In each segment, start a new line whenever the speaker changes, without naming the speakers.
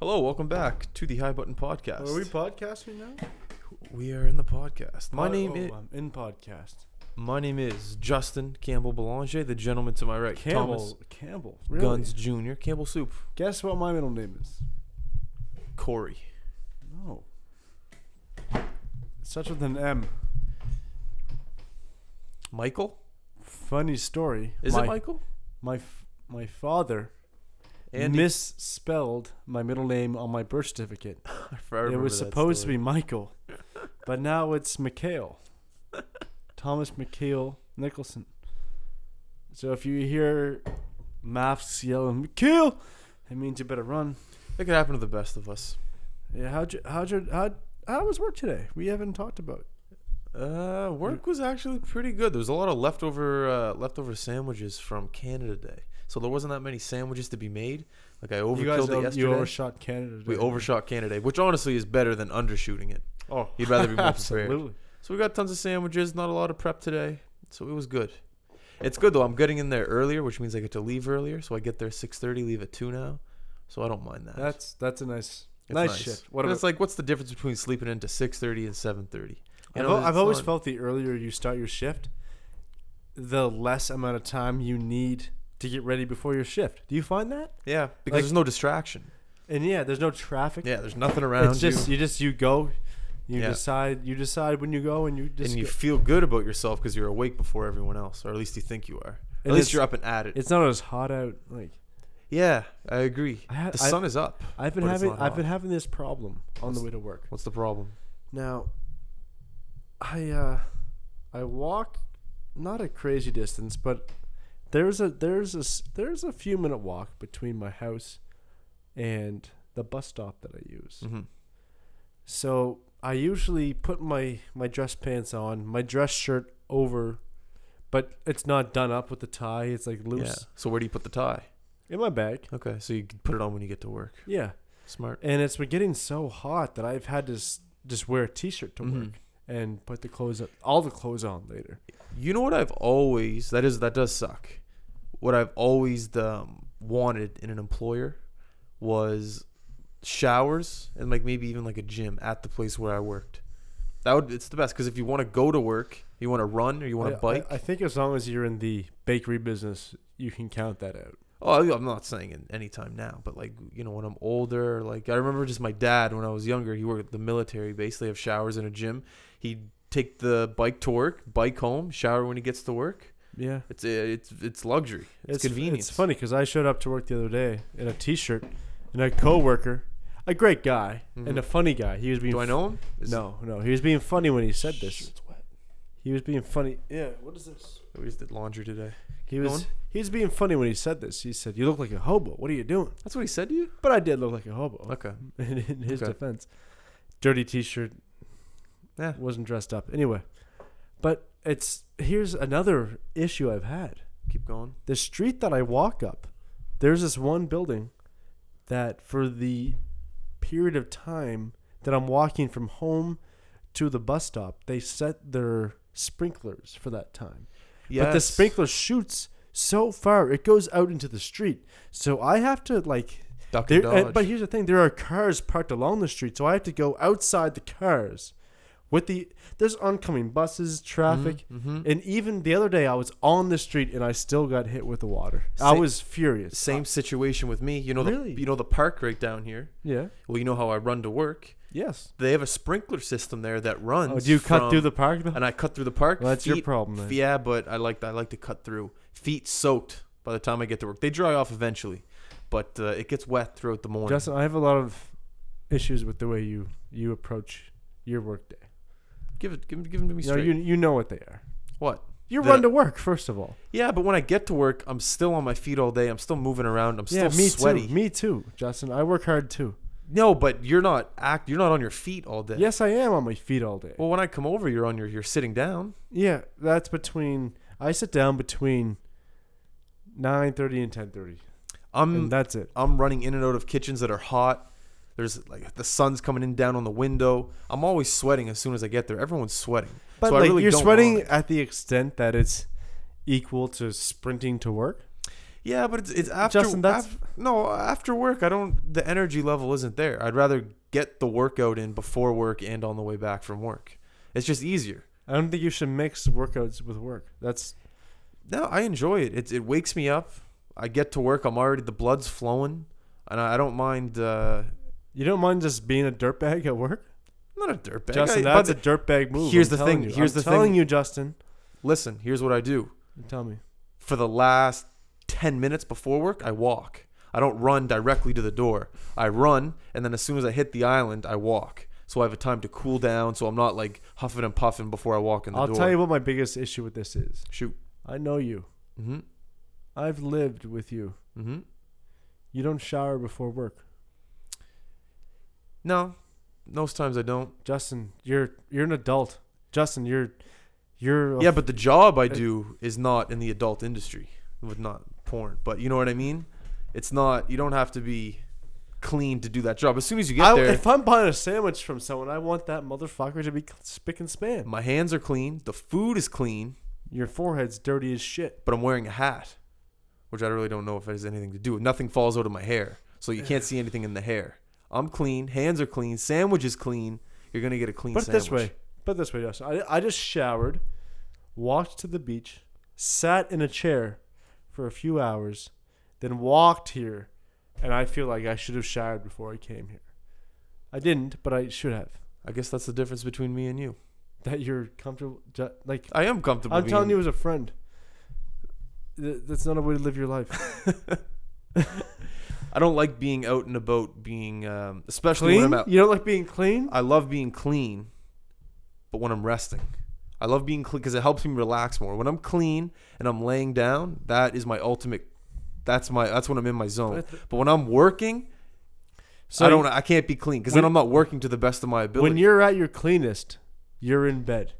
Hello, welcome back to the High Button Podcast.
Are we podcasting now?
We are in the podcast. My
Oh,
name
oh,
is
I'm in podcast.
My name is Justin Campbell Belanger, the gentleman to my right,
Campbell.
Thomas
Campbell. Really?
Guns Jr. Campbell Soup,
Guess what my middle name is?
Corey.
No. It starts with an M.
Michael?
Funny story.
Is
my,
it Michael?
My f- my father
Andy.
misspelled my middle name on my birth certificate.
I
It
remember
was
that
supposed
story.
to be Michael, but now it's Mikhail. Thomas Mikhail Nicholson. So if you hear Maffs yelling Mikhail, it means you better run.
That could happen to the best of us.
Yeah, how'd you, how'd you, how how was work today? We haven't talked about.
Uh, work was actually pretty good. There was a lot of leftover uh, leftover sandwiches from Canada Day, so there wasn't that many sandwiches to be made. Like I overkilled
you guys,
it
o-
yesterday.
you overshot Canada.
we
today.
overshot Canada Day, which honestly is better than undershooting it.
Oh,
You'd rather be more prepared.
absolutely.
So we got tons of sandwiches, not a lot of prep today. So it was good. It's good though. I'm getting in there earlier, which means I get to leave earlier. So I get there 6:30, leave at 2 now. So I don't mind that.
That's that's a nice
It's
nice, shift. What
and
about,
it's like what's the difference between sleeping into 6:30 and 7:30? You
I've,
know,
al-
it's
I've always
not-
felt the earlier you start your shift, the less amount of time you need to get ready before your shift. Do you find that?
Yeah, because
like-
there's no distraction.
And yeah, there's no traffic.
Yeah, there's nothing around
it's just
you.
you. just you go, you
Yeah.
decide you decide when you go and you just
And you
go.
feel good about yourself because you're awake before everyone else, or at least you think you are. At
And
least
it's-
you're up and at it.
it's not as hot out. Like
Yeah, I agree.
I ha-
the
I-
sun is up.
I've been
But it's
having
not
I've
hot.
been having this problem on the way to work.
What's the problem?
Now, I uh, I walk not a crazy distance, but there's a there's a s- there's a few minute walk between my house and the bus stop that I use.
Mm-hmm.
So I usually put my my dress pants on, my dress shirt over, but it's not done up with the tie. It's like
Yeah.
loose
So where do you put the tie?
in my bag.
Okay, so you can put it on when you get to work.
Yeah,
Smart.
and it's been getting so hot that I've had to s- just wear a t-shirt to
Mhm.
work and put the clothes all the clothes on later.
You know what I've always that is that does suck. What I've always um, wanted in an employer was showers and like maybe even like a gym at the place where I worked. That would it's the best because if you want to go to work, you want to run or you want
I-
to bike.
I, I think as long as you're in the bakery business, you can count that out.
oh, I'm not saying in any time now, but like you know when I'm older, like I remember just my dad when I was younger. He worked at the military base. They have showers and a gym. He'd take the bike to work, bike home, shower when he gets to work.
Yeah,
It's uh, it's it's luxury. It's, convenient.
It's funny because I showed up to work the other day in a t-shirt, and a coworker, a great guy and a funny guy. He was being
Mm-hmm. Do I know him? Is-
no, no. He was being funny when he said
Shh,
this.
It's wet.
He was being funny. Yeah. What is this?
We just did laundry today.
He was
going.
he was being funny when he said this. He said, "You look like a hobo. What are you doing?"
That's what he said to you?
But I did look like a hobo.
Okay.
In, in his
Okay.
defense, dirty t-shirt,
Yeah.
wasn't dressed up anyway. But it's here's another issue I've had.
Keep going.
The street that I walk up, there's this one building that for the period of time that I'm walking from home to the bus stop, they set their sprinklers for that time. But the
Yes.
sprinkler shoots so far, it goes out into the street. So I have to like
Duck and
there, and-
dodge.
but here's the thing: there are cars parked along the street, so I have to go outside the cars. With the there's oncoming buses, traffic,
mhm.
and even the other day I was on the street and I still got hit with the water. I
Sa-
was furious.
Same situation with me. You know the
Really?
you know the park right down here.
yeah.
Well, you know how I run to work.
Yes.
They have a sprinkler system there that runs.
Oh, do you cut
from-
through the park though?
And I cut through the park.
Well, that's your
Feet-
problem then.
Yeah, but I like I like to cut through. Feet soaked by the time I get to work. They dry off eventually, but uh, it gets wet throughout the morning.
Justin, I have a lot of issues with the way you you approach your workday.
give it give, give them to me
You know,
straight.
you you know what they are.
what?
You
The-
run to work first of all.
Yeah, but when I get to work, I'm still on my feet all day. I'm still moving around. I'm still
yeah, me
sweaty.
too. Me too, Justin. I work hard too.
No, but you're not act. You're not on your feet all day.
Yes, I am on my feet all day.
Well, when I come over, you're on your. You're sitting down.
Yeah, that's between. I sit down between nine thirty and ten thirty,
I'm
and that's it.
I'm running in and out of kitchens that are hot. There's like the sun's coming in down on the window. I'm always sweating as soon as I get there. Everyone's sweating.
But
So I
like,
really
you're
don't
sweating
want
at the extent that it's equal to sprinting to work.
Yeah, but it's it's after
Justin, that's-
af- no after work. I don't. The energy level isn't there. I'd rather get the workout in before work and on the way back from work. It's just easier.
I don't think you should mix workouts with work. That's
No, I enjoy it. It it wakes me up. I get to work. I'm already the blood's flowing, and I, I don't mind. Uh,
you don't mind just being a dirtbag at work,
I'm not a dirtbag.
Justin.
I-
That's a
but
dirtbag move.
here's the
I'm telling
thing,
you.
here's the
I'm telling
thing.
you, Justin.
listen, here's what I do.
Tell me.
For the last ten minutes before work, I walk. I don't run directly to the door. I run, and then as soon as I hit the island, I walk. So I have a time to cool down. So I'm not like huffing and puffing before I walk in the
I'll
door.
tell you what my biggest issue with this is.
Shoot.
I know you.
Mm-hmm.
I've lived with you.
Mm-hmm.
You don't shower before work,
No, most times I don't.
Justin. You're you're an adult, Justin. You're you're a
Yeah, but the job I do is not in the adult industry with not porn. But you know what I mean? It's not. You don't have to be clean to do that job. As soon as you get
I,
there,
If I'm buying a sandwich from someone, I want that motherfucker to be spick and span.
my hands are clean. The food is clean,
Your forehead's dirty as shit.
but I'm wearing a hat, which I really don't know if it has anything to do. with. Nothing falls out of my hair, so you can't see anything in the hair. I'm clean. Hands are clean. Sandwich is clean. You're gonna get a clean.
Put it
sandwich.
this way. Put it this way, Justin. I, I just showered, walked to the beach, sat in a chair for a few hours, then walked here, and I feel like I should have showered before I came here. I didn't, but I should have.
I guess that's the difference between me and you.
That you're comfortable, ju- like
I am comfortable.
I'm telling
being-
you as a friend. Th- That's not a way to live your life.
I don't like being out and about, being um, especially when
Clean?
I'm out.
You don't like being clean?
I love being clean, but when I'm resting, I love being clean because it helps me relax more. When I'm clean and I'm laying down, that is my ultimate. That's my. That's when I'm in my zone.
But-
But when I'm working,
So
I don't. I can't be clean because then
When-
I'm not working to the best of my ability.
When you're at your cleanest, you're in bed.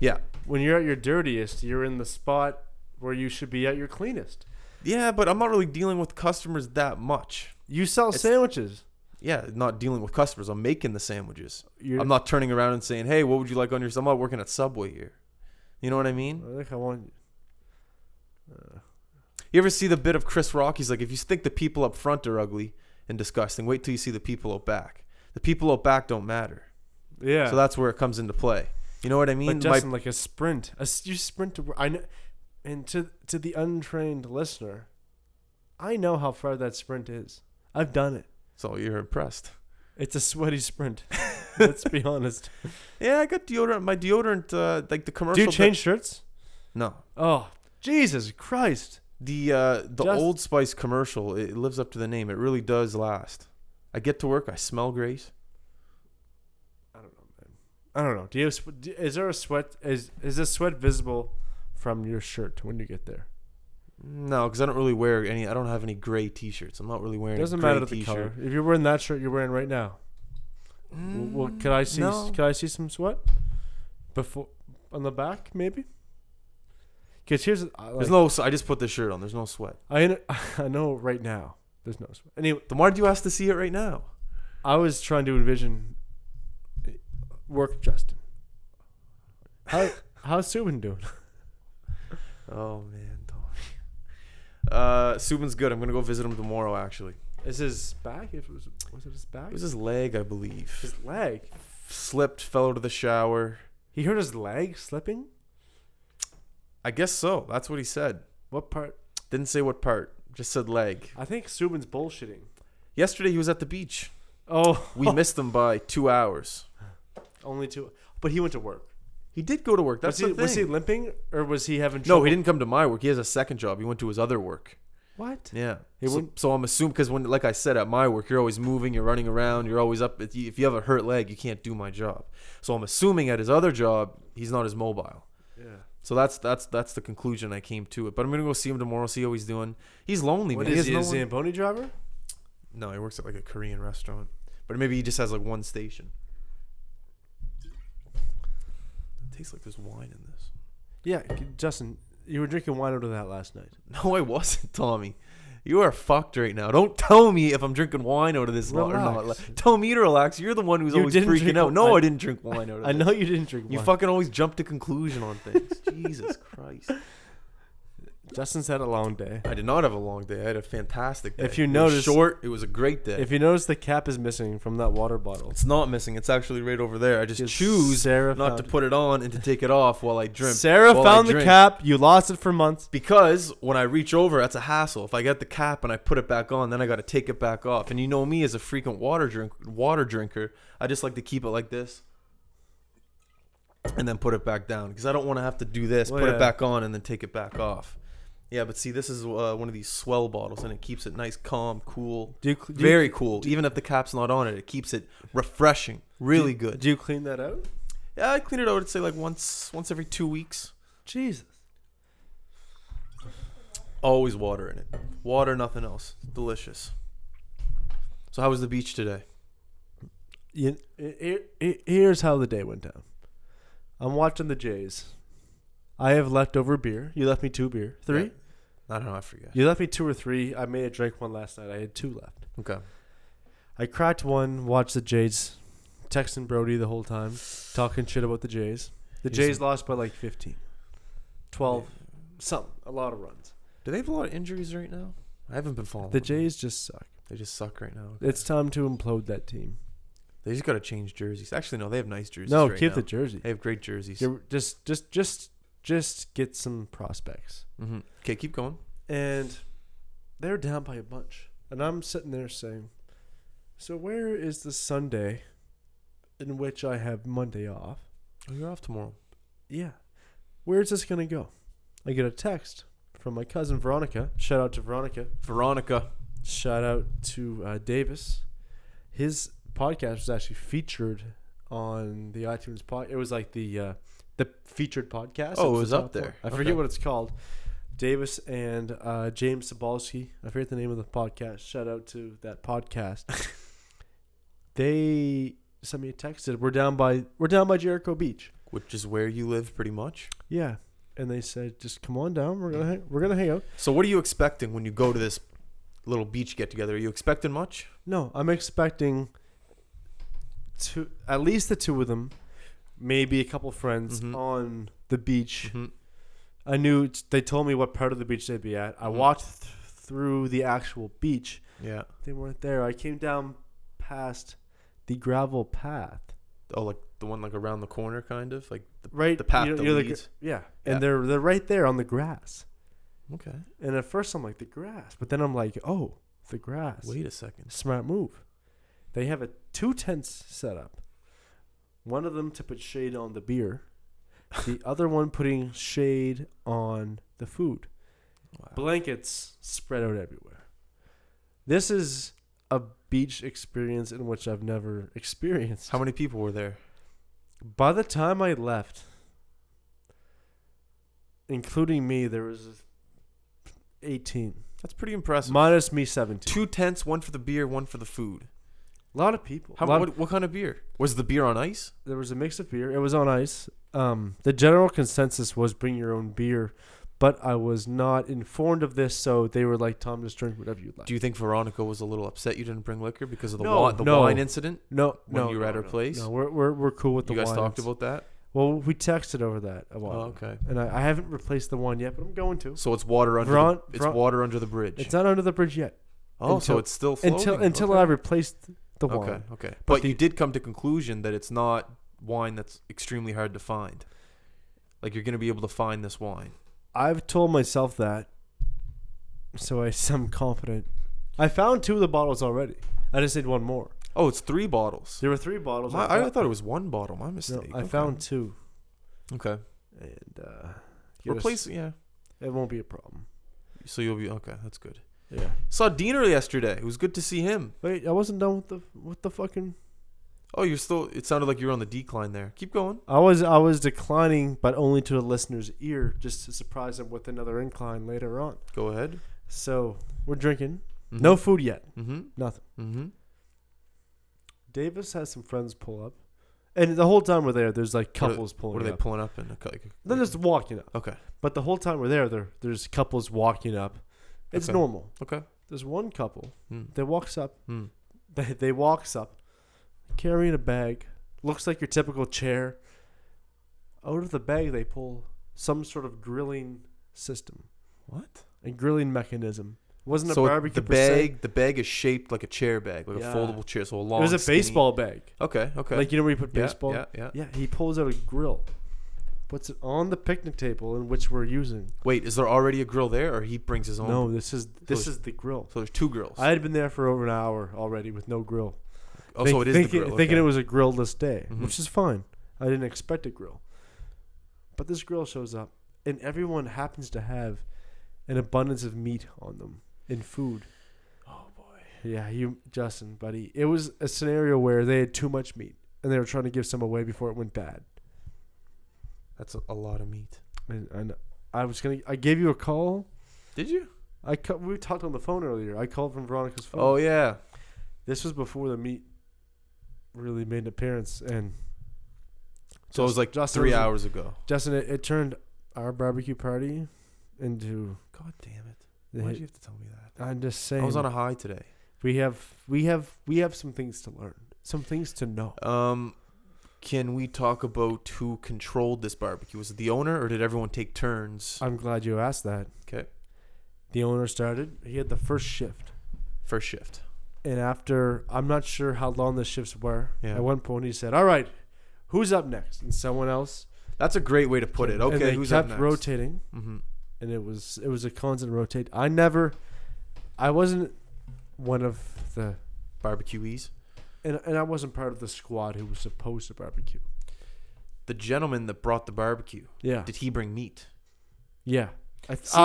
yeah,
When you're at your dirtiest, you're in the spot where you should be at your cleanest.
yeah, but I'm not really dealing with customers that much.
You sell
It's-
sandwiches.
Yeah, not dealing with customers. I'm making the sandwiches.
You're,
I'm not turning around and saying, "Hey, what would you like on your?" I'm not working at Subway here. You know what I mean?
I think I want. Uh,
You ever see the bit of Chris Rock? He's like, if you think the people up front are ugly and disgusting, wait till you see the people up back. The people up back don't matter.
yeah.
So that's where it comes into play. You know what I mean?
but
My-
Justin, like a sprint, a, s- you sprint to. wor- I know, and to to the untrained listener, I know how far that sprint is. I've done it.
so you're impressed.
It's a sweaty sprint. Let's be honest.
Yeah, I got deodorant. My deodorant, uh, like the commercial.
Do you change shirts?
no.
Oh, Jesus Christ!
The uh, the
Just-
Old Spice commercial, it lives up to the name. It really does last. I get to work, I smell great.
I don't know, man. I don't know. Do you have, sw- do- is there a sweat? Is is this sweat visible from your shirt when you get there?
No, because I don't really wear any. I don't have any gray T-shirts. I'm not really
It
wearing.
doesn't
a gray
matter the
t-shirt.
color. If you're wearing that shirt you're wearing right now, w- well,
Mm,
can I see?
no.
Can I see some sweat before on the back maybe? Because here's I, like,
There's no. I just put this shirt on. There's no sweat.
I kn- I know right now there's no sweat. Anyway,
Then why do you ask to see it right now?
I was trying to envision eh, work, Justin. How how's Subin doing?
Oh man, Tommy. Uh, Subin's good. I'm gonna go visit him tomorrow. Actually,
Is his back? If it was was it his back?
it was his leg, I believe.
his leg.
Slipped, fell into the shower.
He hurt his leg slipping.
I guess so. That's what he said.
What part?
Didn't say what part. Just said leg.
I think Subin's bullshitting.
Yesterday he was at the beach.
Oh,
We missed him by two hours.
only two. But he went to work.
He did go to work. That's
was he,
the thing.
Was he limping or was he having trouble?
no, he didn't come to my work. He has a second job. He went to his other work.
What?
Yeah.
He
so,
went-
so I'm assuming because when, like I said, at my work, you're always moving, you're running around, you're always up. If you if you have a hurt leg, you can't do my job. So I'm assuming at his other job, he's not as mobile.
Yeah.
So that's that's that's the conclusion I came to it. But I'm gonna go see him tomorrow, see how he's doing. He's lonely,
What
man.
is
he
he?
has
Is
no,
he a
one-
pony driver?
no, he works at like a Korean restaurant. But maybe he just has like one station. It tastes like there's wine in this.
Yeah, Justin, you were drinking wine out of that last night.
No, I wasn't, Tommy. You are fucked right now. Don't tell me if I'm drinking wine out of this lot or not.
Relax.
Like, Tell me to relax. You're the one who's
You
always
didn't
freaking
drink
out. No, I,
wine.
didn't drink wine out of
I
this.
know you didn't drink
You
wine.
fucking always jump to conclusion on things. Jesus Christ.
Justin's had a long day.
I did not have a long day. I had a fantastic day.
If you
It was
notice-
short, it was a great day.
If you notice, the cap is missing from that water bottle.
it's not missing. It's actually right over there. I just
Because
choose
Sarah
not
found
to
it.
put it on and to take it off while I drink.
Sarah
while I
found the
drink.
cap. You lost it for months.
because when I reach over, that's a hassle. If I get the cap and I put it back on, then I got to take it back off. And you know me as a frequent water drink water drinker, I just like to keep it like this. And then put it back down because I don't want to have to do this,
Well,
put
yeah.
it back on, and then take it back off. Yeah, but see, this is uh, one of these swell bottles, and it keeps it nice, calm, cool,
Do you, cl- do you-
very cool. Even if the cap's not on it, it keeps it refreshing, really good.
Do you clean that out?
Yeah, I clean it out. I'd say like once, once every two weeks.
Jesus.
Always water in it. Water, nothing else. Delicious. So how was the beach today?
You, here- here- here's how the day went down. I'm watching the Jays. I have leftover beer. You left me two beer. Three?
Yeah. I don't know. I forget.
You left me two or three. I made a drink one last night. I had two left.
Okay.
I cracked one, watched the Jays, texting Brody the whole time, talking shit about the Jays. The
He's
Jays
like-
lost by like 15, 12, something, a lot of runs.
Do they have a lot of injuries right now? I haven't been following.
The
them.
Jays just suck.
They just suck right now.
It's time to implode that team.
They just got to change jerseys. Actually, no. They have nice jerseys.
no,
right
keep the
now.
jersey.
They have great jerseys.
You're- Just, just, just, just get some prospects.
hmm Okay, keep going.
and they're down by a bunch. And I'm sitting there saying, So where is the Sunday in which I have Monday off?
Oh, you're off tomorrow.
Yeah. Where's this going to go? I get a text from my cousin Veronica. Shout out to Veronica.
Veronica.
Shout out to uh, Davis. His podcast was actually featured on the iTunes pod. It was like the uh, the featured podcast.
Oh, it was
the
up
top
there.
one. I
Okay.
forget what it's called. Davis and uh, James Sabalski. I forget the name of the podcast. Shout out to that podcast. they sent me a text. Said we're down by we're down by Jericho Beach.
Which is where you live, pretty much.
Yeah, and they said just come on down. We're gonna hang, we're gonna hang out.
So, what are you expecting when you go to this little beach get together? Are you expecting much?
No, I'm expecting two, at least the two of them, maybe a couple friends
Mhm.
on the beach.
Mhm.
I knew t- they told me what part of the beach they'd be at. I
Mhm.
walked th- through the actual beach.
Yeah.
They weren't there. I came down past the gravel path.
Oh, like the one like around the corner, kind of like the
Right,
the path
you know-
that
you know, the gr-
leads.
yeah,
Yeah.
and they're they're right there on the grass.
okay.
And at first I'm like the grass, but then I'm like, oh, the grass.
Wait a second.
Smart move. They have a two tents set up. One of them to put shade on the beer, the other one putting shade on the food.
Wow.
Blankets spread out everywhere. This is a beach experience in which I've never experienced.
How many people were there?
By the time I left, including me, there was 18.
That's pretty impressive.
Minus me, 17.
Two tents, one for the beer, one for the food.
A lot of people.
How,
Lot of-
what, what kind of beer? Was the beer on ice?
there was a mix of beer. It was on ice. Um, the general consensus was bring your own beer, but I was not informed of this, so they were like, "Tom, just drink whatever you like."
Do you think Veronica was a little upset you didn't bring liquor because of the,
No,
wi- the
no.
wine incident?
no,
when
no,
you were
no,
at her
no,
place?
No, we're we're, we're cool with the
You guys
wines.
talked about that?
Well, we texted over that a while,
Oh,
ago.
okay.
and I, I haven't replaced the wine yet, but I'm going to.
So it's water under
Veron-
the, it's
Veron-
water under the bridge.
It's not under the bridge yet
oh,
until-
so it's still floating.
until until I
okay.
replaced the wine.
Okay, okay. But, you did come to conclusion that it's not wine that's extremely hard to find. Like you're going to be able to find this wine.
I've told myself that, so I, I'm confident. I found two of the bottles already. I just need one more.
Oh, it's three bottles.
There were three bottles.
My-
found-
I thought it was one bottle. My
No,
mistake.
I
Okay.
found two,
Okay.
and uh, get us-
Replace. Yeah.
it won't be a problem.
So you'll be okay. That's good.
Yeah.
Saw Diener yesterday. It was good to see him.
Wait, I wasn't done with the with the fucking.
Oh, you're still. It sounded like you were on the decline there. Keep going.
I was I was declining, but only to the listener's ear, just to surprise them with another incline later on.
Go ahead.
So we're drinking. No food yet.
Mm-hmm.
Nothing.
Mm-hmm.
Davis has some friends pull up, and the whole time we're there, there's like
are-
couples pulling
What are they
up.
pulling up in? A, cu- like a-
They're just walking up.
okay.
But the whole time we're there, there there's couples walking up. It's
Okay.
normal.
Okay.
There's one couple
Mm.
that walks up.
Mm.
They, they walks up, carrying a bag. Looks like your typical chair. Out of the bag, they pull some sort of grilling system.
What?
A grilling mechanism. It wasn't
so
a
it-
barbecue
the
per se.
bag, the bag is shaped like a chair bag, like
Yeah.
a foldable chair, so a
It
long.
was a
skinny-
baseball bag.
Okay, okay.
Like you know where you put
yeah,
baseball.
Yeah, yeah.
Yeah, he pulls out a grill, puts it on the picnic table in which we're using.
Wait, is there already a grill there, or he brings his own?
No, this is this
it's-
is the grill.
So there's two grills.
I had been there for over an hour already with no grill.
oh,
Think-
so it is
thinking,
the grill.
Thinking
okay.
it was a grillless day,
Mhm.
which is fine. I didn't expect a grill, but this grill shows up, and everyone happens to have an abundance of meat on them and food.
Oh boy.
Yeah, you, Justin, buddy. It was a scenario where they had too much meat, and they were trying to give some away before it went bad.
That's a, a lot of meat.
And, and I was gonna, I gave you a call.
Did you?
I ca- we talked on the phone earlier. I called from Veronica's phone.
Oh yeah.
This was before the meat really made an appearance, and
So it was
Just-
like
Justin
three
was-
hours ago.
Justin, it, it turned our barbecue party into.
God damn it!
the
Why'd
hit-
you have to tell me that?
I'm just saying.
I was on a high today.
we have we have we have some things to learn, some things to know.
Um, can we talk about who controlled this barbecue? Was it the owner, or did everyone take turns?
I'm glad you asked that.
Okay,
The owner started. He had the first shift,
first shift.
and after I'm not sure how long the shifts were.
Yeah.
At one point, he said, "All right, who's up next?" And someone else
That's a great way to put it.
And
Okay,
they
who's
kept
up next?
rotating.
hmm
and it was it was a constant rotate. I never, I wasn't one of the,
Barbecuees.
and, and I wasn't part of the squad who was supposed to barbecue.
The gentleman that brought the barbecue.
Yeah,
Did he bring meat?
yeah. I th-
See-
uh,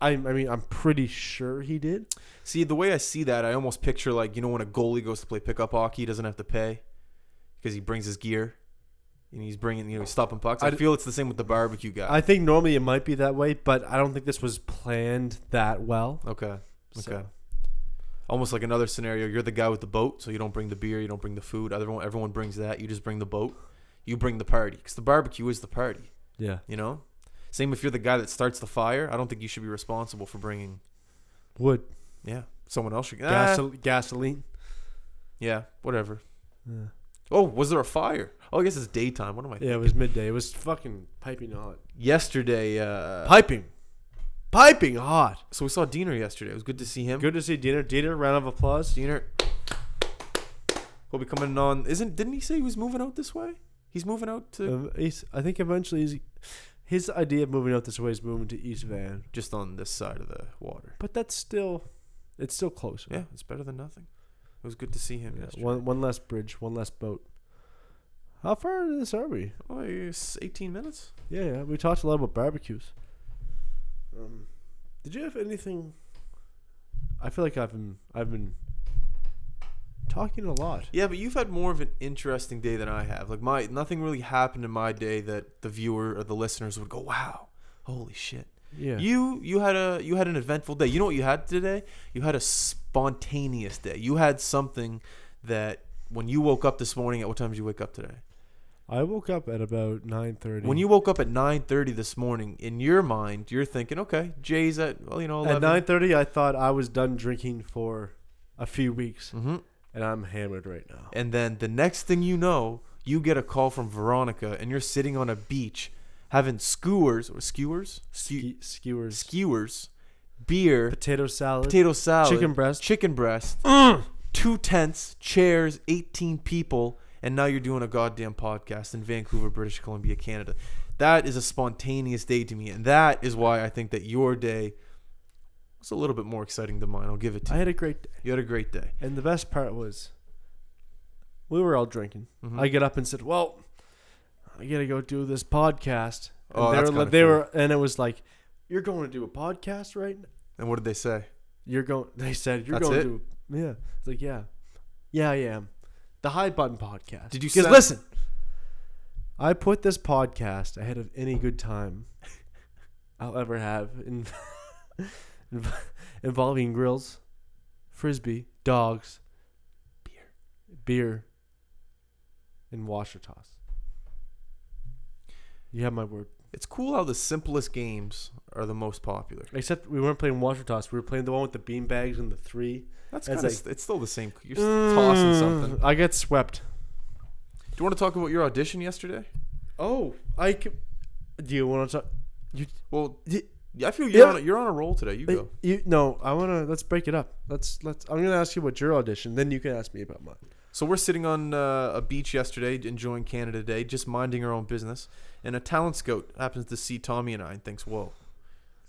I I mean, I'm pretty sure he did.
See, the way I see that, I almost picture like you know when a goalie goes to play pickup hockey, he doesn't have to pay because he brings his gear and he's bringing you know he's stopping pucks. I,
I d-
feel it's the same with the barbecue guy.
I think normally it might be that way, but I don't think this was planned that well.
okay,
So,
Okay. almost like another scenario. You're the guy with the boat, so you don't bring the beer, you don't bring the food. Everyone everyone brings that. You just bring the boat. You bring the party because the barbecue is the party.
yeah.
You know. Same if you're the guy that starts the fire. I don't think you should be responsible for bringing.
Wood,
Yeah, someone else should. Ah,
gasol- gasoline.
yeah, whatever.
Yeah.
Oh, was there a fire? Oh, I guess it's daytime. What am I?
yeah, it was midday. It was fucking piping hot.
yesterday. Uh,
Piping, piping hot.
so we saw Diener yesterday. It was good to see him.
Good to see Dina. Dina, round of applause.
Diener. Will be coming on. Isn't? Didn't he say he was moving out this way? He's moving out to
Um, he's, I think eventually he's, his idea of moving out this way is moving to East Van,
just on this side of the water.
but that's still, it's still closer.
Yeah, it's better than nothing. It was good to see him
Yeah,
yesterday.
one one less bridge, one less boat. How far into this are we?
Oh, it's 18 minutes.
Yeah, yeah. We talked a lot about barbecues. Um, did you have anything? I feel like I've been I've been talking a lot.
Yeah, but you've had more of an interesting day than I have. Like my nothing really happened in my day that the viewer or the listeners would go, "Wow, holy shit."
Yeah.
You you had a you had an eventful day. You know what you had today? You had a spontaneous day. You had something that when you woke up this morning, at what time did you wake up today?
I woke up at about nine thirty.
When you woke up at nine thirty this morning, in your mind, you're thinking, okay, Jay's at well, you know, 11.
at nine thirty, I thought I was done drinking for a few weeks,
Mm-hmm.
and I'm hammered right now.
And then the next thing you know, you get a call from Veronica, and you're sitting on a beach, having skewers or skewers, Skew-
Ske- skewers,
skewers, beer,
potato salad,
potato salad,
chicken breast. Mm.
chicken breast, two tents, chairs, 18 people, and now you're doing a goddamn podcast in Vancouver, British Columbia, Canada. That is a spontaneous day to me, and that is why I think that your day was a little bit more exciting than mine. I'll give it to
I
you.
had a great day,
You had a great day.
and the best part was, we were all drinking.
Mhm.
I get up and said, "Well, I gotta go do this podcast." And
Oh,
they
that's
were,
kinda
they
cool.
were, and it was like, "You're going to do a podcast, right?
And what did they say?
You're going." They said, "You're
That's
going
it?
to." Yeah, it's like, yeah, yeah, I am. The High Button Podcast.
Did you
Because
send-
listen? I put this podcast ahead of any good time I'll ever have in, inv- involving grills, frisbee, dogs,
Beer.
beer, and washer toss. You have my word.
It's cool how the simplest games are the most popular.
Except we weren't playing washer toss. We were playing the one with the bean bags and the three.
That's
That's
kind
like-
of it's still the same. You're
Mm.
s- tossing something.
I get swept.
Do you want to talk about your audition yesterday?
Oh, I can. Do you want to talk?
Well,
Y-
I feel you're
Yeah.
on a, you're on a roll today. You
But
go.
you no, I wanna let's break it up. Let's let's. I'm gonna ask you what your audition, then you can ask me about mine.
So we're sitting on uh, a beach yesterday, enjoying Canada Day, just minding our own business, and a talent scout happens to see Tommy and I and thinks, "Whoa,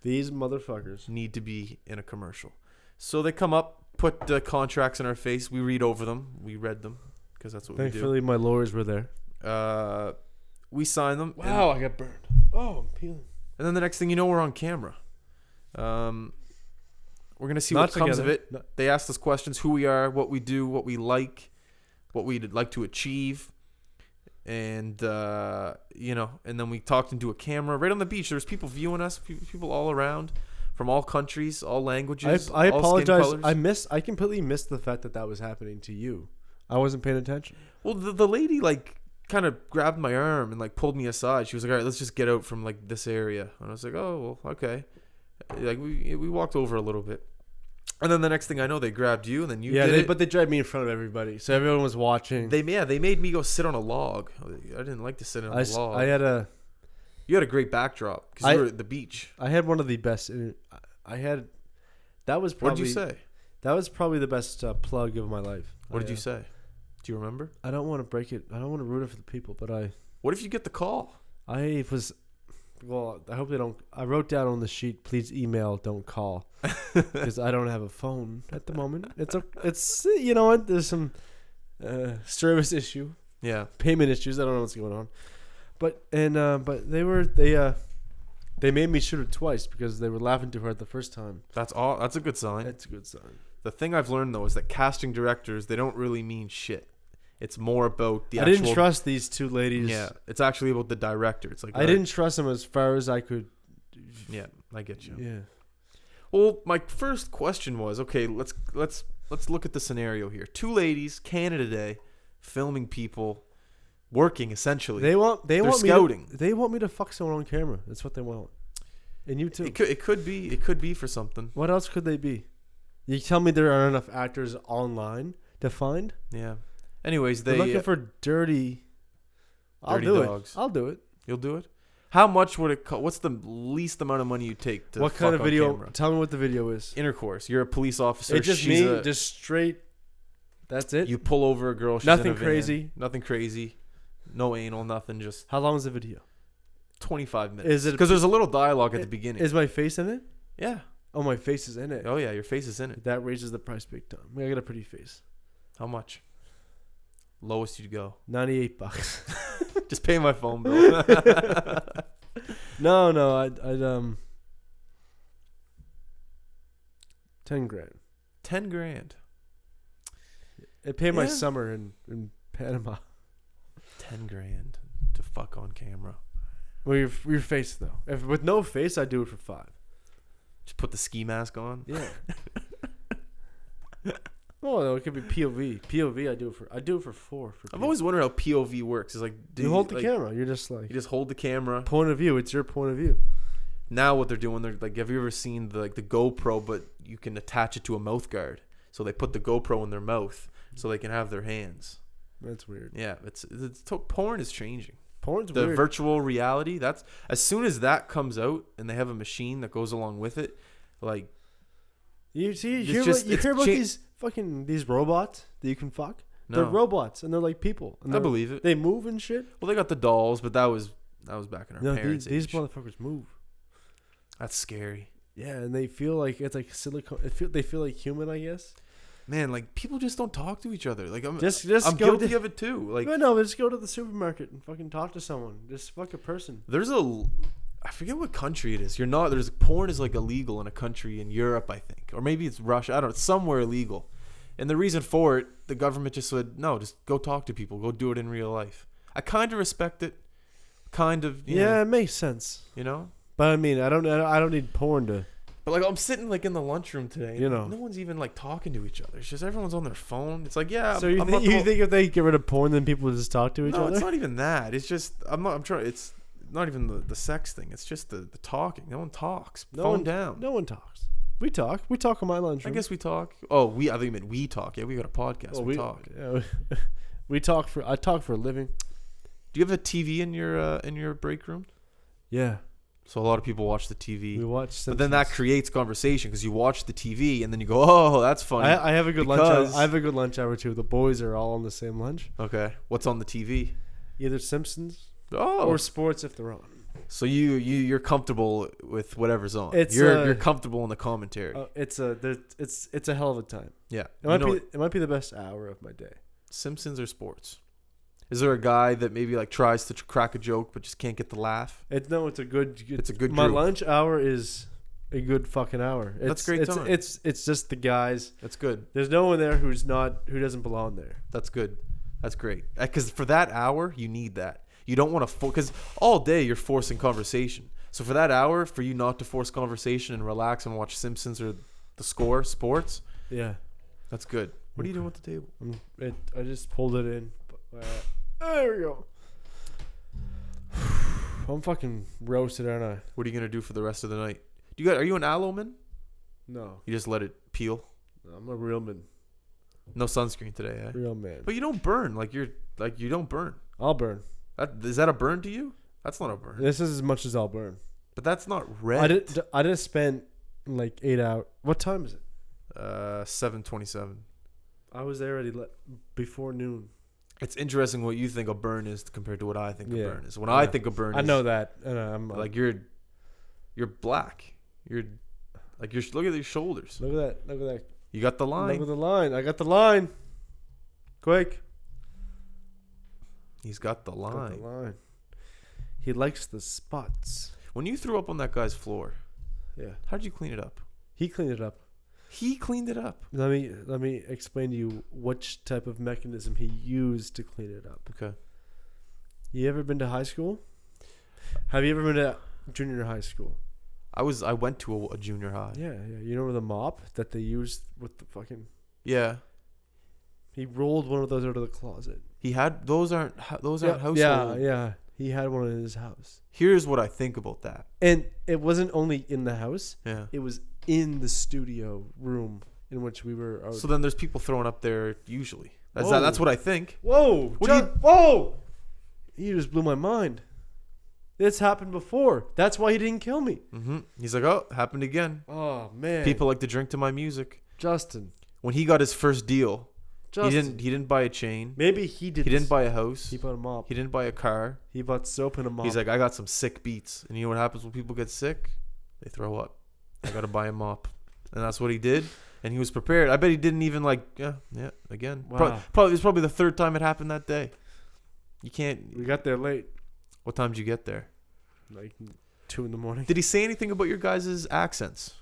These motherfuckers.
need to be in a commercial." So they come up, put uh, contracts in our face. We read over them. We read them because that's what we
Thankfully, my lawyers were there.
do. Uh, we sign them. and-
I got burned. Oh, I'm peeling.
And then the next thing you know, we're on camera. Um, we're gonna see what comes of it.
No-
They asked us questions: who we are, what we do, what we like, what we'd like to achieve, and uh, you know. And then we talked into a camera right on the beach. There's people viewing us, pe- people all around, from all countries, all
I,
languages.
I
all skin
apologize.
colors.
I miss. I completely missed the fact that that was happening to you. I wasn't paying attention.
Well, the, the lady like kind of grabbed my arm and like pulled me aside. She was like, "All right, let's just get out from like this area." And I was like, "Oh, well, okay." Like we we walked over a little bit, and then the next thing I know, they grabbed you, and then you
yeah,
did
they,
it.
but they dragged me in front of everybody, so everyone was watching.
they yeah they made me go sit on a log. I didn't like to sit on
I,
a
s-
log.
I had a.
you had a great backdrop because
I-
you were at the beach.
I had one of the best. inter- I- I had. That was
What
probably.
did you say?
That was probably the best uh, plug of my life.
What
I,
did you
uh,
say? Do you remember?
I don't want to break it. I don't want to ruin it for the people, but I.
What if you get the call?
I was. Well, I hope they don't. I wrote down on the sheet, please email, don't call, because I don't have a phone at the moment. It's a, it's you know what? There's some uh, service issue,
Yeah,
payment issues. I don't know what's going on, but and uh, but they were they uh they made me shoot it twice because they were laughing too hard the first time.
that's all. That's a good sign.
That's a good sign.
The thing I've learned though is that casting directors they don't really mean shit. It's more about the
I
actual
didn't trust these two ladies.
Yeah, it's actually about the director. It's like uh,
I didn't trust them as far as I could.
Yeah, I get you.
Yeah.
Well, my first question was okay. Let's let's let's look at the scenario here. Two ladies, Canada Day, filming people, working essentially.
They want they
They're
want
scouting.
me to, they want me to fuck someone on camera. That's what they want. And you too.
it could it could be it could be for something.
what else could they be? You tell me there aren't enough actors online to find?
Yeah. Anyways,
They're
they uh,
looking for dirty I'll
Dirty
do
dogs.
it. I'll do it.
you'll do it. How much would it cost? What's the least amount of money you take to
what kind
fuck
of
on
video?
camera?
Tell me what the video is.
Intercourse. You're a police officer.
it's just
she's
me,
a-
just straight. That's it.
You pull over a girl. She's in
Nothing
a van.
crazy.
Nothing crazy. No anal. Nothing. Just
How long is the video?
25 minutes.
Is it-
because there's a little dialogue at the beginning?
Is my face in it?
yeah.
Oh, my face is in it.
Oh yeah. Your face is in it.
That raises the price big time. I got a pretty face.
How much? Lowest you'd go.
Ninety-eight bucks.
Just pay my phone bill.
No, no, I'd, I'd um, ten grand.
Ten grand.
It paid my
Yeah.
summer in in Panama.
Ten grand to fuck on camera.
Well, your your face though. If with no face, I'd do it for five.
Just put the ski mask on.
Yeah. well, no, it could be POV. POV, I do it for I do it for four. For
I've
POV.
always wondered how POV works. It's like do
you, hold the
like,
camera. You're just like
You just hold the camera.
point of view. It's your point of view.
Now what they're doing, they're like, have you ever seen the like the GoPro, but you can attach it to a mouth guard. So they put the GoPro in their mouth so they can have their hands.
That's weird.
Yeah, it's, it's to- porn is changing.
Porn's
The
weird.
virtual reality, that's as soon as that comes out and they have a machine that goes along with it, like
you see, you
it's
hear,
just-
about, you
it's
hear about
cha-
these fucking these robots that you can fuck.
no,
They're robots and they're like people.
I
And they're-
believe it.
They move and shit.
Well, they got the dolls, but that was that was back in our
No,
parents'
these, these
age.
motherfuckers move.
that's scary,
Yeah, and they feel like it's like silicone. It feel, they feel like human, I guess.
man. Like people just don't talk to each other. Like I'm,
Just, just
I'm
go.
guilty
To,
of it too. Like
no, no, just go to the supermarket and fucking talk to someone. Just fuck a person.
there's a I forget what country it is. You're not there's porn is like illegal in a country in Europe, I think. Or maybe it's Russia. I don't know. It's somewhere illegal. And the reason for it, the government just said, "No, just go talk to people. Go do it in real life." I kind of respect it. Kind of, you
Yeah,
know,
it makes sense.
you know?
But I mean, I don't, I don't, I don't need porn to.
But like I'm sitting like in the lunchroom today, and
You know.
no one's even like talking to each other. It's just everyone's on their phone. It's like, yeah,
so you,
I'm not
think, you
go-
think if they get rid of porn, then people just talk to each
No,
other?
it's not even that. It's just I'm not I'm trying it's not even the, the sex thing. It's just the, the talking. No one talks.
No
phone
one-
down.
No one talks. We talk. We talk on my lunch.
I guess we talk. Oh, we. I think you meant we talk. Yeah, we got a podcast.
Well,
we, talk.
yeah, we- we talk for. I talk for a living.
Do you have a TV in your uh, in your break room?
Yeah.
So a lot of people watch the TV.
We watched.
but then that creates conversation because you watch the TV and then you go, "Oh, that's funny."
I, I have a good lunch. Hour.
because-
I have a good lunch hour too. The boys are all on the same lunch.
okay, what's on the TV?
Either Simpsons
Oh,
or sports if they're on.
so you you you're comfortable with whatever's on.
It's,
you're
uh,
you're comfortable in the commentary.
Uh, it's a there- it's it's a hell of a time.
yeah,
It might
You know
be it might be the best hour of my day.
Simpsons or sports? Is there a guy that maybe like tries to tr- crack a joke but just can't get the laugh?
It's no, it's a good.
It's a good
My
group.
lunch hour is a good fucking hour. It's,
great
It's,
time.
it's it's just the guys.
That's good.
There's no one there who's not who doesn't belong there.
That's good. That's great. Because for that hour, you need that. You don't want to because all day you're forcing conversation. So for that hour, for you not to force conversation and relax and watch Simpsons or the score sports,
Yeah.
that's good. What are you doing with the table?
I'm, it, I just pulled it in. Uh, there we go. I'm fucking roasted, aren't I?
What are you gonna do for the rest of the night? Do you got? Are you an aloe man?
No,
You just let it peel.
I'm a real man.
No sunscreen today, eh?
Real man.
But you don't burn. Like you're like you don't burn.
I'll burn.
That is that a burn to you? That's not a burn.
This is as much as I'll burn.
But that's not
I
red.
did. I just spent like eight hours. What time is it?
Uh, seven twenty-seven.
I was there already le- before noon.
It's interesting what you think a burn is compared to what I think
Yeah.
a burn is. When
I
I
know.
think a burn,
I
is,
know that, and I'm like,
like you're you're black. You're like you're look at your shoulders.
uh, look at that, look at that,
You got the
look
line.
at the line. I got the line. Quick,
He's got the
Got
line.
the line. He likes the spots.
When you threw up on that guy's floor,
Yeah,
how'd you clean it up?
he cleaned it up.
He cleaned it up.
Let me let me explain to you which type of mechanism he used to clean it up.
Okay.
You ever been to high school? Have you ever been to junior high school?
I was I went to a, a junior high.
Yeah, yeah. You know the mop that they used with the fucking.
Yeah.
He rolled one of those out of the closet.
He had those aren't ho- those aren't household.
yeah, yeah. He had one in his house,
Here's what I think about that.
and it wasn't only in the house;
Yeah.
it was in the studio room in which we were.
So then there's people throwing up there usually. That's
Whoa.
that's what I think.
Whoa!
What
John,
do
whoa! You just blew my mind. This happened before. That's why he didn't kill me.
hmm He's like, oh, happened again.
Oh man,
People like to drink to my music.
Justin,
When he got his first deal,
Justin.
he didn't he didn't buy a chain.
Maybe he did.
He didn't
this.
buy a house.
He bought a mop.
He didn't buy a car.
He bought soap and a mop.
He's like, I got some sick beats. And you know what happens when people get sick? They throw up. I gotta buy a mop. And that's what he did. And he was prepared. I bet he didn't even like yeah, yeah, again. Pro-
Wow.
probably it was probably the third time it happened that day. You
we
can't
got there late,
what time did you get there?
like two in the morning.
Did he say anything about your guys' accents?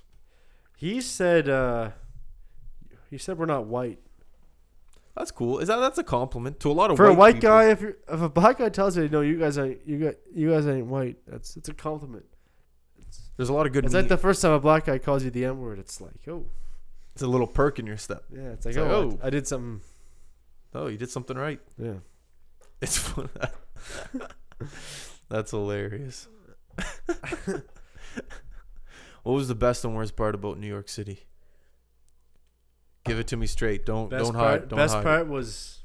He said, uh, he said we're not white.
That's cool. Is that that's a compliment to a lot of
For a white
people.
guy, if you if a black guy tells you, no, you guys ain't you got you guys ain't white. That's it's a compliment. It's,
There's a lot of good.
it's
meat.
like the first time a black guy calls you the N word. It's like, oh
it's a little perk in your step.
yeah, it's like,
like,
oh, I-
oh.
I, did something.
Oh, you did something right.
Yeah,
It's fun. That's hilarious. what was the best and worst part about New York City? Give it to me straight. Don't don't hide.
part,
don't
best
hide.
part was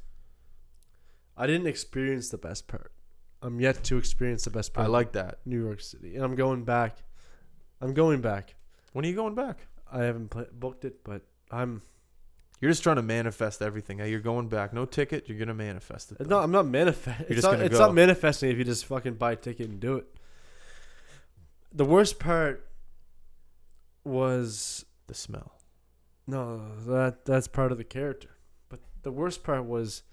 I didn't experience the best part. I'm yet to experience the best part.
I
of
like that.
New York City, and I'm going back. I'm going back.
When are you going back?
I haven't pla booked it, but I'm
You're just trying to manifest everything. Hey, You're going back. No ticket. You're gonna manifest it.
it's
though.
not. I'm not manifesting. It's,
just
not,
gonna
it's
go.
not manifesting if you just fucking buy a ticket and do it. The worst part was
the smell.
no that that's part of the character, but the worst part was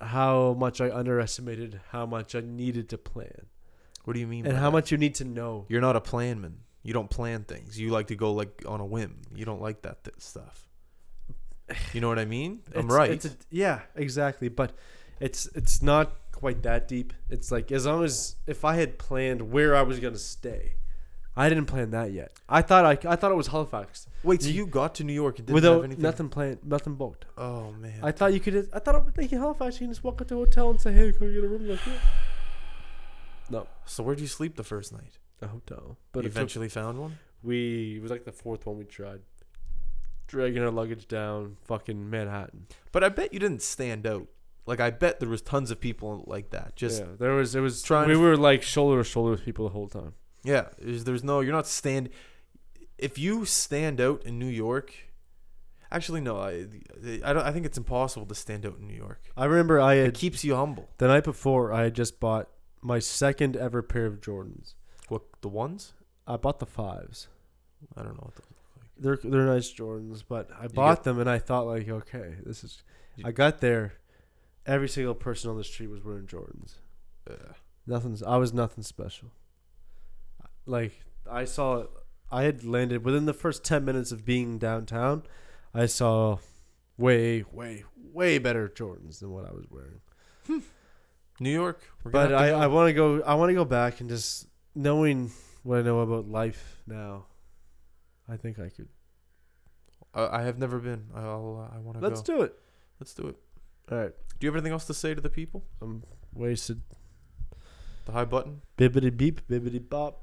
how much I underestimated how much I needed to plan
What do you mean?
and
by
how
that?
much you need to know.
You're not a plan man. You don't plan things. You like to go like on a whim. You don't like that th- stuff. You know what I mean? I'm
It's-
right.
It's a, yeah, exactly. But it's it's not quite that deep. It's like as long as if I had planned where I was gonna stay, I didn't plan that yet. I thought I, I thought it was Halifax
Wait, so
you-
you got to New York and didn't have
without
anything?
nothing planned, nothing booked.
Oh man.
I thought you could. I thought it was like in Halifax. You can just walk into a hotel and say, "Hey, can I get a room?" Like, yeah. No,
so where'd you sleep the first night?
a hotel.
But
But
you
it took,
eventually found one.
we it was like the fourth one we tried. Dragging our luggage down fucking Manhattan.
But I bet you didn't stand out. Like I bet there was tons of people like that. Just
yeah, there was it was
trying
We
to-
were like shoulder to shoulder with people the whole time.
yeah, there's, there's no you're not stand. If you stand out in New York, actually no, I I don't. I think it's impossible to stand out in New York.
I remember I
It
had
keeps you humble.
the night before I had just bought my second ever pair of Jordans.
What the ones?
I bought the fives.
I don't know what those
They're they're nice Jordans, but I bought them and I thought like, okay, this is.
You-
I got there, every single person on the street was wearing Jordans.
Uh,
Nothing's. I was nothing special. Like I saw, I had landed within the first ten minutes of being downtown. I saw way, way, way better Jordans than what I was wearing.
New York. We're gonna
But
have
I,
to
I
go.
want to go. I want to go back and just knowing what I know about life now. I think I could.
I, I have never been. I'll, uh, I want to go.
Let's do it.
Let's do it.
All right.
Do you have anything else to say to the people?
I'm wasted.
The high button.
Bibbity beep, bibbity bop.